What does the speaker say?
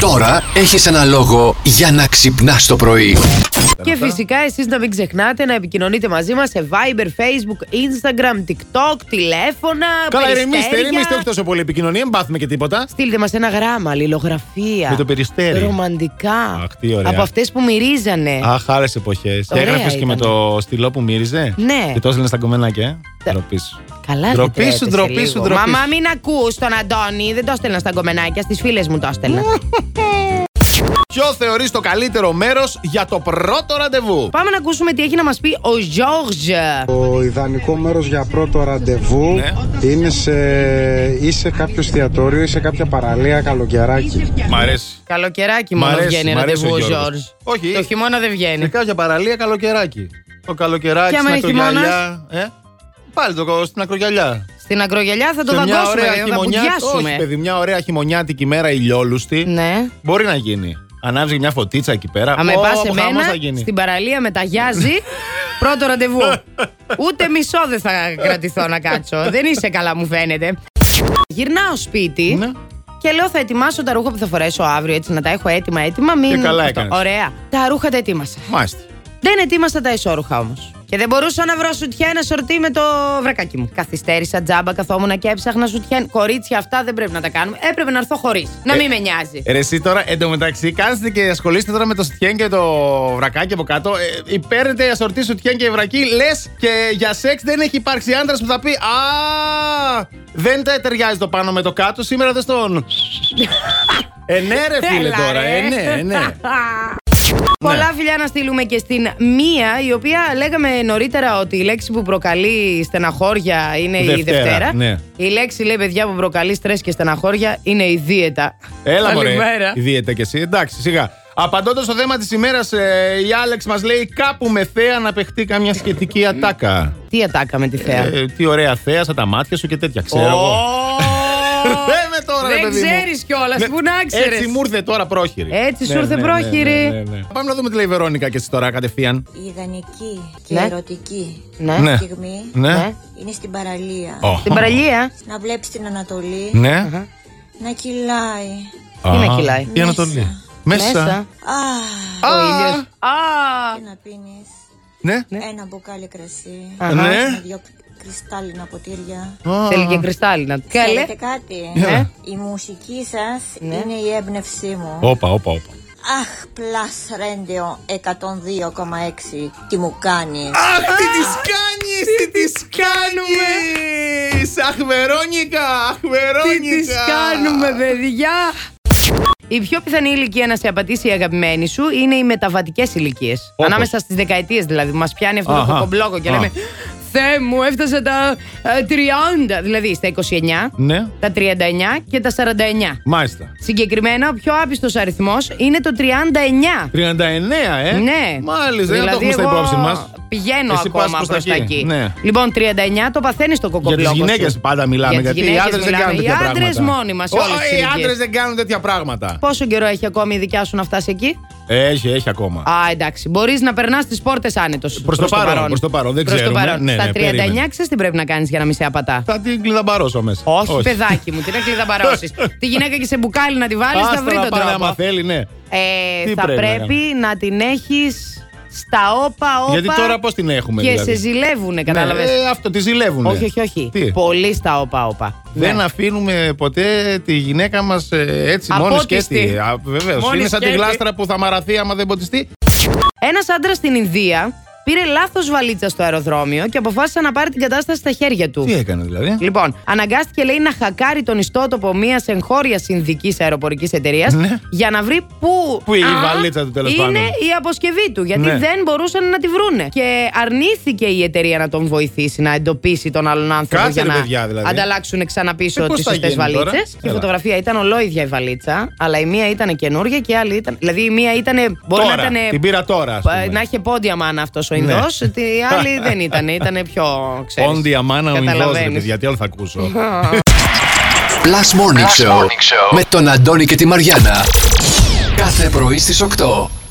Τώρα έχεις ένα λόγο για να ξυπνάς το πρωί. Και φυσικά εσείς να μην ξεχνάτε να επικοινωνείτε μαζί μας σε Viber, Facebook, Instagram, TikTok, τηλέφωνα, Καλά, ηρεμήστε, περιστέρια. ηρεμήστε, όχι τόσο πολύ επικοινωνία, μην πάθουμε και τίποτα. Στείλτε μας ένα γράμμα, λιλογραφία. Με το περιστέρι. Ρομαντικά. Αχ, τι ωραία. Από αυτές που μυρίζανε. Αχ, άλλες εποχές. Ωραία Έγραφες και ήταν. με το στυλό που μύριζε. Ναι. Και το έστελνε στα κομμενάκια. ε. Τα- Ντροπή σου. Καλά, Ντροπή δεν τρέπεσαι σου, ντροπή λίγο. σου, ντροπή σου. Μαμά, μην ακούς τον Αντώνη. Δεν το έστελνα στα κομμενάκια, στις φίλες μου το έστελνα. Ποιο θεωρείς το καλύτερο μέρος για το πρώτο ραντεβού. Πάμε να ακούσουμε τι έχει να μας πει ο Γιώργζ. Το ιδανικό μέρος για πρώτο ραντεβού Ναι. είναι σε, ή σε κάποιο εστιατόριο ή σε κάποια παραλία καλοκαιράκι. Μ' αρέσει. Καλοκαιράκι Μ' μόνο αρέσει, βγαίνει μ' αρέσει ραντεβού ο ο Γιώργος. Γιώργζ. Όχι. Το χειμώνα δεν Σε βγαίνει. κάποια παραλία καλοκαιράκι. Το καλοκαιράκι Και άμα στην είναι χειμώνας? ακρογιαλιά. Ε? Πάλι το, στην ακρογιαλιά. Στην ακρογελιά θα το Σε μια δαγκώσουμε, ωραία θα χειμωνιά- Όχι, πουδιάσουμε. παιδί, μια ωραία χειμωνιάτικη μέρα ηλιόλουστη. Ναι. Μπορεί να γίνει. Ανάβεις μια φωτίτσα εκεί πέρα. Αν με Πω, πα πω, χαμός θα εμένα, γίνει. στην παραλία με τα Γιάζη, πρώτο ραντεβού. Ούτε μισό δεν θα κρατηθώ να κάτσω. δεν είσαι καλά, μου φαίνεται. Γυρνάω σπίτι Ναι. και λέω θα ετοιμάσω τα ρούχα που θα φορέσω αύριο έτσι να τα έχω έτοιμα, έτοιμα. Μην... Και καλά αυτό. έκανες. Ωραία. Τα ρούχα τα ετοίμασα. Μάλιστα. Δεν ετοίμασα τα ισόρουχα όμως. Και δεν μπορούσα να βρω σουτιά ένα σορτί με το βρακάκι μου. Καθυστέρησα τζάμπα, καθόμουν και έψαχνα σουτιά. Κορίτσια, αυτά δεν πρέπει να τα κάνουμε. Έπρεπε να έρθω χωρίς. Ε, Να μην με νοιάζει. Ρε, εσύ τώρα εντωμεταξύ κάνετε και ασχολείστε τώρα με το σουτιέν και το βρακάκι από κάτω. Ε, παίρνετε ασορτή σουτιέν και βρακί, λες και για σεξ δεν έχει υπάρξει άντρας που θα πει Α, δεν τα ταιριάζει το πάνω με το κάτω, σήμερα δεν στον. ε, ναι, ρε φίλε Έλα, τώρα, ρε. ε, ναι, ε, ναι. Πολλά φιλιά να στείλουμε και στην Μία, η οποία λέγαμε νωρίτερα ότι η λέξη που προκαλεί στεναχώρια είναι η Δευτέρα, Δευτέρα. ναι. Η λέξη λέει παιδιά που προκαλεί στρες και στεναχώρια είναι η δίαιτα. Έλα, μωρέ. Καλημέρα. Ιδιαίτε κι εσύ. Εντάξει, σιγά. Απαντώντας στο θέμα της ημέρας, η Άλεξ μας λέει κάπου με θέα να παιχτεί καμιά σχετική ατάκα. Τι ατάκα με τη θέα. Ε, τι ωραία θέα, σαν τα μάτια σου και τέτοια, ξέρω εγώ. Ρε με τώρα, ρε Δεν παιδί μου. ξέρεις κιόλας, Ναι, πού να ξέρεις. Ε. Έτσι μου ήρθε Ναι, τώρα πρόχειρη. Έτσι σου ήρθε πρόχειρη. Πάμε να δούμε τι λέει η Βερόνικα και εσύ τώρα κατευθείαν. Η ιδανική και Ναι. ερωτική Ναι. Ναι. στιγμή Ναι. Ναι. είναι στην παραλία. Ω. Την παραλία. Να βλέπεις την Ανατολή Ναι. να κυλάει. Α, να κυλάει. Η Ανατολή. Μέσα. Μέσα. Α, Α, Ο ήλιος. Α, και να πίνεις Ναι. ένα μπουκάλι κρασί Α. με Ναι. δυο κρυ- κρυστάλλινα ποτήρια. Α. Ναι. Θέλει και κρυστάλλινα. Καλέ. Ξέρετε κάτι, Ναι. η μουσική σας είναι η έμπνευσή μου. Όπα, όπα, όπα. Αχ, plus radio 102,6 τι μου κάνεις. Αχ, τι της κάνεις, τι της κάνουμε. Αχ, Βερόνικα, αχ, Τι Βερόνικα. τις κάνουμε, παιδιά! Η πιο πιθανή ηλικία να σε απατήσει η αγαπημένη σου είναι οι μεταβατικές ηλικίες. Όπως. Ανάμεσα στις δεκαετίες δηλαδή. Που μας πιάνει αυτό το Αχα. κομπλόκο και Α. λέμε Θεέ μου, έφτασα τα ε, 30. Δηλαδή στα 29, Ναι, τα 39 και τα 49. μάλιστα. Συγκεκριμένα, ο πιο άπιστος αριθμός είναι το 39. 39, ε! Ναι. Μάλιστα, δεν δηλαδή το έχουμε στα εγώ υπόψη μας. Πηγαίνω Εσύ πας ακόμα προς τα προ τα εκεί. εκεί. Ναι. Λοιπόν, 39 το παθαίνεις Για το κοκομπλόκο. τι γυναίκε σου. πάντα μιλάμε, Για γιατί τις οι γυναίκες άντρες δεν μιλάμε. κάνουν τέτοια Οι πράγματα. άντρε μόνοι μας. Όχι, οι άντρες δεν κάνουν τέτοια πράγματα. Πόσο καιρό έχει ακόμη η δικιά σου να φτάσει εκεί. Έχει, έχει ακόμα. Α, εντάξει. Μπορείς να περνάς τις πόρτες άνετος. Προς το παρόν, προς το παρόν, δεν Προς το ξέρουμε. παρόν. Ναι, ναι, Στα 39 περίμενε. ξέρεις τι πρέπει να κάνεις για να μην σε απατά. Θα την κλειδαμπαρώσω μέσα. Όχι, παιδάκι μου, τι να κλειδαμπαρώσεις. τη γυναίκα και σε μπουκάλι να τη βάλεις, Άστα θα βρει να τον πάνε άμα τρόπο. θέλει, ναι. Ε, Τι θα πρέπει να πρέπει να, την έχεις στα όπα, όπα. Γιατί τώρα πώς την έχουμε, Και δηλαδή. σε ζηλεύουνε, κατάλαβε. Ναι, ε, αυτό, τη ζηλεύουν. όχι, όχι, όχι. Τι. Πολύ στα όπα, όπα. Δεν Ναι. αφήνουμε ποτέ τη γυναίκα μας έτσι Απότιστη. μόνη σκέτη. Α, Βεβαίως. Μόνη Είναι σαν τη σκέτη. γλάστρα που θα μαραθεί άμα δεν ποτιστεί. Ένας άντρας στην Ινδία πήρε λάθος βαλίτσα στο αεροδρόμιο και αποφάσισε να πάρει την κατάσταση στα χέρια του. Τι έκανε δηλαδή. Λοιπόν, αναγκάστηκε λέει να χακάρει τον ιστότοπο μιας εγχώριας συνδικής αεροπορικής εταιρείας Ναι. για να βρει πού. Πού είναι η Α, βαλίτσα του, τέλος Είναι πάντων. η αποσκευή του, γιατί Ναι. δεν μπορούσαν να τη βρούνε. Και αρνήθηκε η εταιρεία να τον βοηθήσει να εντοπίσει τον άλλον άνθρωπο Κάτσε, για ρε, να παιδιά, δηλαδή. ανταλλάξουν ξανά Ε, πίσω πώς τις θα σωστές γίνει τώρα? βαλίτσες. Και η Έλα. φωτογραφία ήταν ολόιδια η βαλίτσα, αλλά η μία ήταν καινούργια και η άλλη ήταν. Δηλαδή η μία ήταν. Μπορεί Τώρα, να ήταν. την πήρα τώρα, ας πούμε. Να είχε πόντια μάνα αυτός ο Ινδό. Ναι. Τη άλλη δεν ήταν. Ήταν πιο. ξέρεις. Όντια μάνα ο Ινδός, ρε Καταλαβαίνεις. παιδιά, τι άλλο θα ακούσω. Plus Morning, Show, με τον Αντώνη και τη Μαριάνα. Κάθε πρωί στις 8.